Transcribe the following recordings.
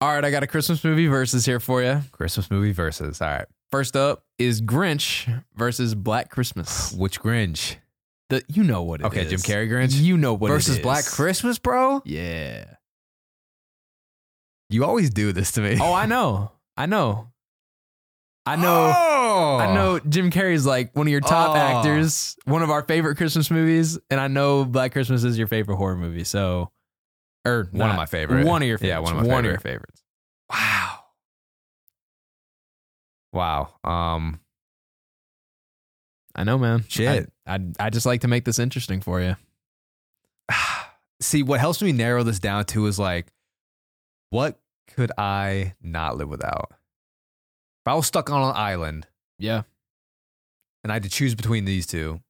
All right, I got a Christmas movie versus here for you. Christmas movie versus. All right. First up is Grinch versus Black Christmas. Which Grinch? The, you know what it is. Okay, Jim Carrey Grinch You know what it versus is. Black Christmas, bro. Yeah. You always do this to me. Oh, I know. I know. I know. Oh! I know Jim Carrey's like one of your top Oh. actors, one of our favorite Christmas movies, and I know Black Christmas is your favorite horror movie. So, or One of not- my favorite. one of your favorites, Yeah, one of my one favorite. of your favorites. Wow. Wow. Um. I know, man. Shit. I, I I just like to make this interesting for you. See, what helps me narrow this down to is like, what could I not live without? If I was stuck on an island Yeah. and I had to choose between these two,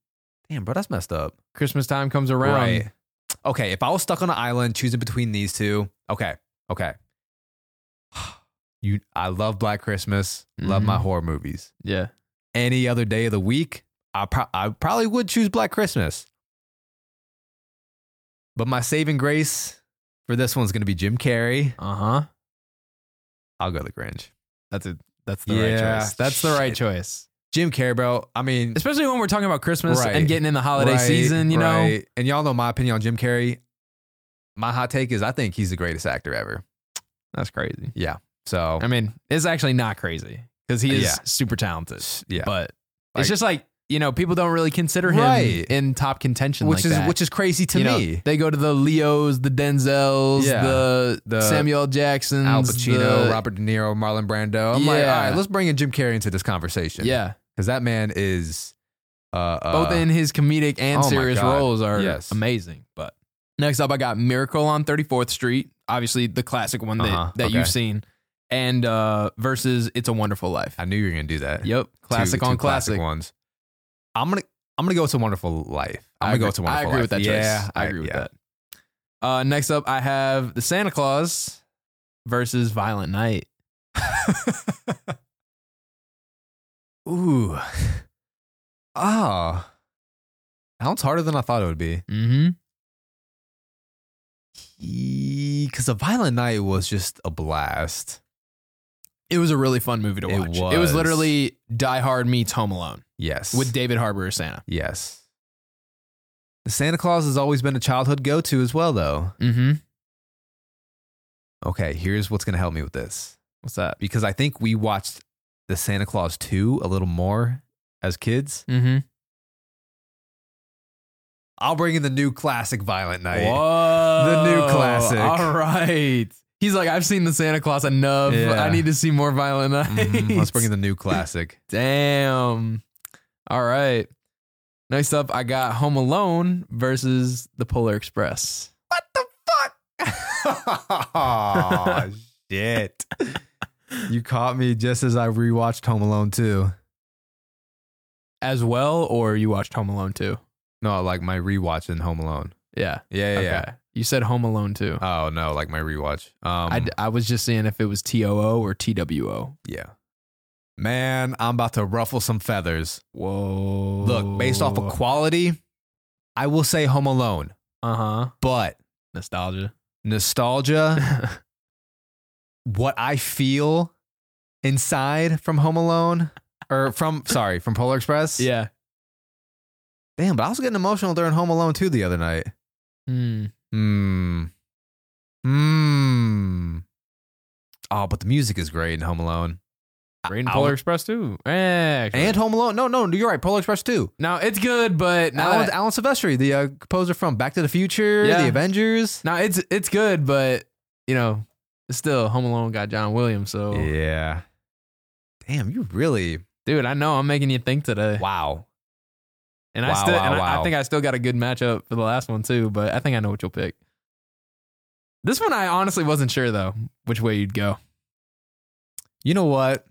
damn, bro, that's messed up. Christmas time comes around. Right. Okay, if I was stuck on an island choosing between these two, okay, okay. You, I love Black Christmas. Love Mhm. my horror movies. Yeah. Any other day of the week, I pro- I probably would choose Black Christmas. But my saving grace for this one's going to be Jim Carrey. Uh huh. I'll go the Grinch. That's a that's the Yeah, right choice. That's the right shit. choice. Jim Carrey, bro. I mean, Especially when we're talking about Christmas Right. and getting in the holiday right, season, you know. right. And y'all know my opinion on Jim Carrey. My hot take is I think he's the greatest actor ever. That's crazy. Yeah. So I mean, it's actually not crazy because he is Yeah. super talented. yeah. But Like- it's just like, you know, people don't really consider him Right. in top contention. which like is that. which is crazy to You know, me. they go to the Leos, the Denzels, Yeah. the, The Samuel Jacksons, Al Pacino, the- Robert De Niro, Marlon Brando. I'm like, all Yeah. right, let's bring in Jim Carrey into this conversation. Yeah. because that man is uh, Both uh, in his comedic and oh my serious God. roles are Yes. amazing. But next up, I got Miracle on 34th Street, obviously the classic one that, Uh-huh. that Okay. you've seen, and uh, versus It's a Wonderful Life. I knew you were gonna do that. Yep, Two- classic two on classic. ones. I'm gonna I'm gonna go to Wonderful Life. I I'm gonna agree- go to Wonderful I agree Life. with that Yeah, choice. I agree with yeah. that. Uh, next up, I have the Santa Claus versus Violent Night. Ooh, ah, that one's harder than I thought it would be. Mm-hmm. Because the Violent Night was just a blast. It was a really fun movie to It watch. It was was. literally Die Hard meets Home Alone Yes, with David Harbour as Santa. Yes. The Santa Claus has always been a childhood go to as well, though. Mm-hmm. Okay, here's what's going to help me with this. What's that? Because I think we watched the Santa Claus 2 a little more as kids. Mm-hmm. I'll bring in the new classic Violent Night. Whoa, The new classic. All right. He's like, I've seen the Santa Claus enough. Yeah. I need to see more Violent Night. Mhm, Let's bring in the new classic. Damn. All right. Next up, I got Home Alone versus The Polar Express. what the fuck? oh, shit. You caught me just as I rewatched Home Alone 2. As well, or you watched Home Alone too? No, like my rewatch in Home Alone. Yeah. Yeah, yeah, yeah. You said Home Alone too. Oh, no, like my rewatch. Um, I, d- I was just seeing if it was TOO or TWO. Yeah. Man, I'm about to ruffle some feathers. Whoa. Look, based off of quality, I will say Home Alone, uh huh. but Nostalgia. nostalgia, what I feel inside from Home Alone or from, sorry, from Polar Express. yeah. Damn, but I was getting emotional during Home Alone 2 the other night. Hmm. Hmm. Hmm. Oh, but the music is great in Home Alone. Rain I- I Polar would- Express too. Eh, actually. And Home Alone. No, no, you're right. Polar Express 2. no, it's good, but now Alan, that- Alan Silvestri, the uh, composer from Back to the Future, Yeah. The Avengers. now it's it's good, but you know, still Home Alone got John Williams, so Yeah. Damn, you really Dude, I know I'm making you think today, wow. and I Wow, still, wow, and I- I, wow. think I still got a good matchup for the last one too. But I think I know what you'll pick. This one, I honestly wasn't sure though which way you'd go. You know what?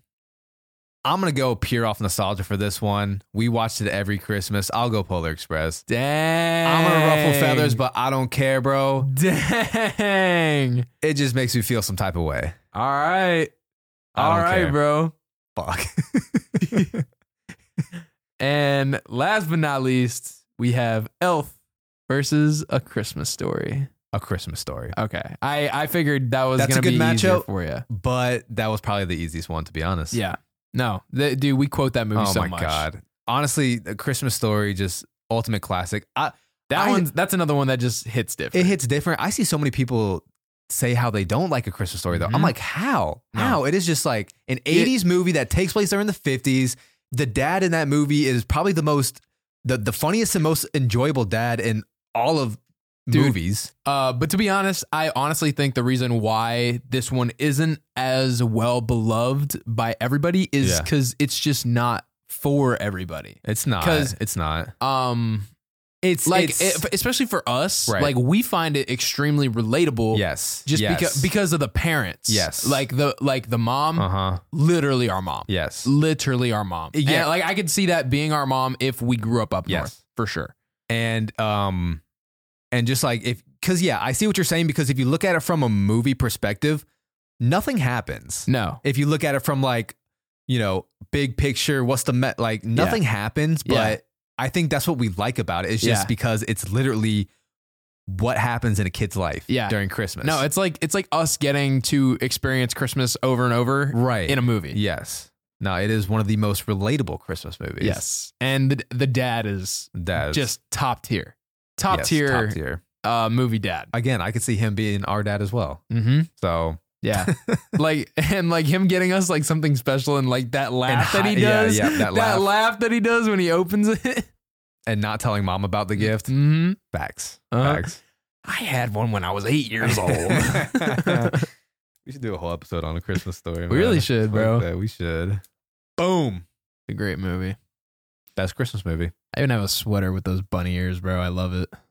I'm gonna go pure off nostalgia for this one. We watched it every Christmas. I'll go Polar Express. Dang, I'm gonna ruffle feathers, but I don't care, bro. dang. It just makes me feel some type of way. All right, I don't all right, care. bro. Fuck. And last but not least, we have Elf versus A Christmas Story. A Christmas Story. Okay. I, I figured that was That's a going to be good easier matchup. for you. But that was probably the easiest one, to be honest. Yeah. No, th- dude, we quote that movie Oh so my much. god. Honestly, a Christmas Story, just ultimate classic. I, That I- one's that's another one that just hits it different. hits different. I see so many people say how they don't like a Christmas Story though. Mhm. I'm like, how? No. How? Mm-hmm. It is just like an 80s movie that takes place during the 50s. The dad in that movie is probably the most the, the funniest and most enjoyable dad in all of Dude. movies. Uh, but to be honest, I honestly think the reason why this one isn't as well beloved by everybody is Yeah. because it's just not for everybody. It's not. 'Cause- It's not. Um, It's like it's- it- especially for us, Right. like we find it extremely relatable. yes. Just yes. because because of the parents. Yes. Like the like the mom, uh-huh. literally our mom. Yes. Literally our mom. Yeah. And, like I could see that being our mom if we grew up up Yes. north for sure. and um and just like if because yeah i see what you're saying because if you look at it from a movie perspective nothing happens No. if you look at it from like you know big picture what's the met like nothing happens but Yeah. i think that's what we like about it it's just Yeah. because it's literally what happens in a kid's life Yeah. during christmas No, it's like it's like us getting to experience Christmas over and over right in a movie. yes no it is one of the most relatable christmas movies Yes. And the the dad is that is- just top tier. Top, yes, tier, top tier uh movie dad. again i could see him being our dad as well Mm-hmm. so Yeah. like and like him getting us like something special and like that laugh that he hi- yeah, does. yeah, that that laugh. laugh. that he does when he opens it. and not telling mom about the gift Mm-hmm. Facts. Uh-huh. Facts. I had one when I was eight years old. we should do a whole episode on a Christmas story. We really man. should, Fuck bro. that, We should. Boom. a great movie. Best Christmas movie. I even have a sweater with those bunny ears, bro. I love it.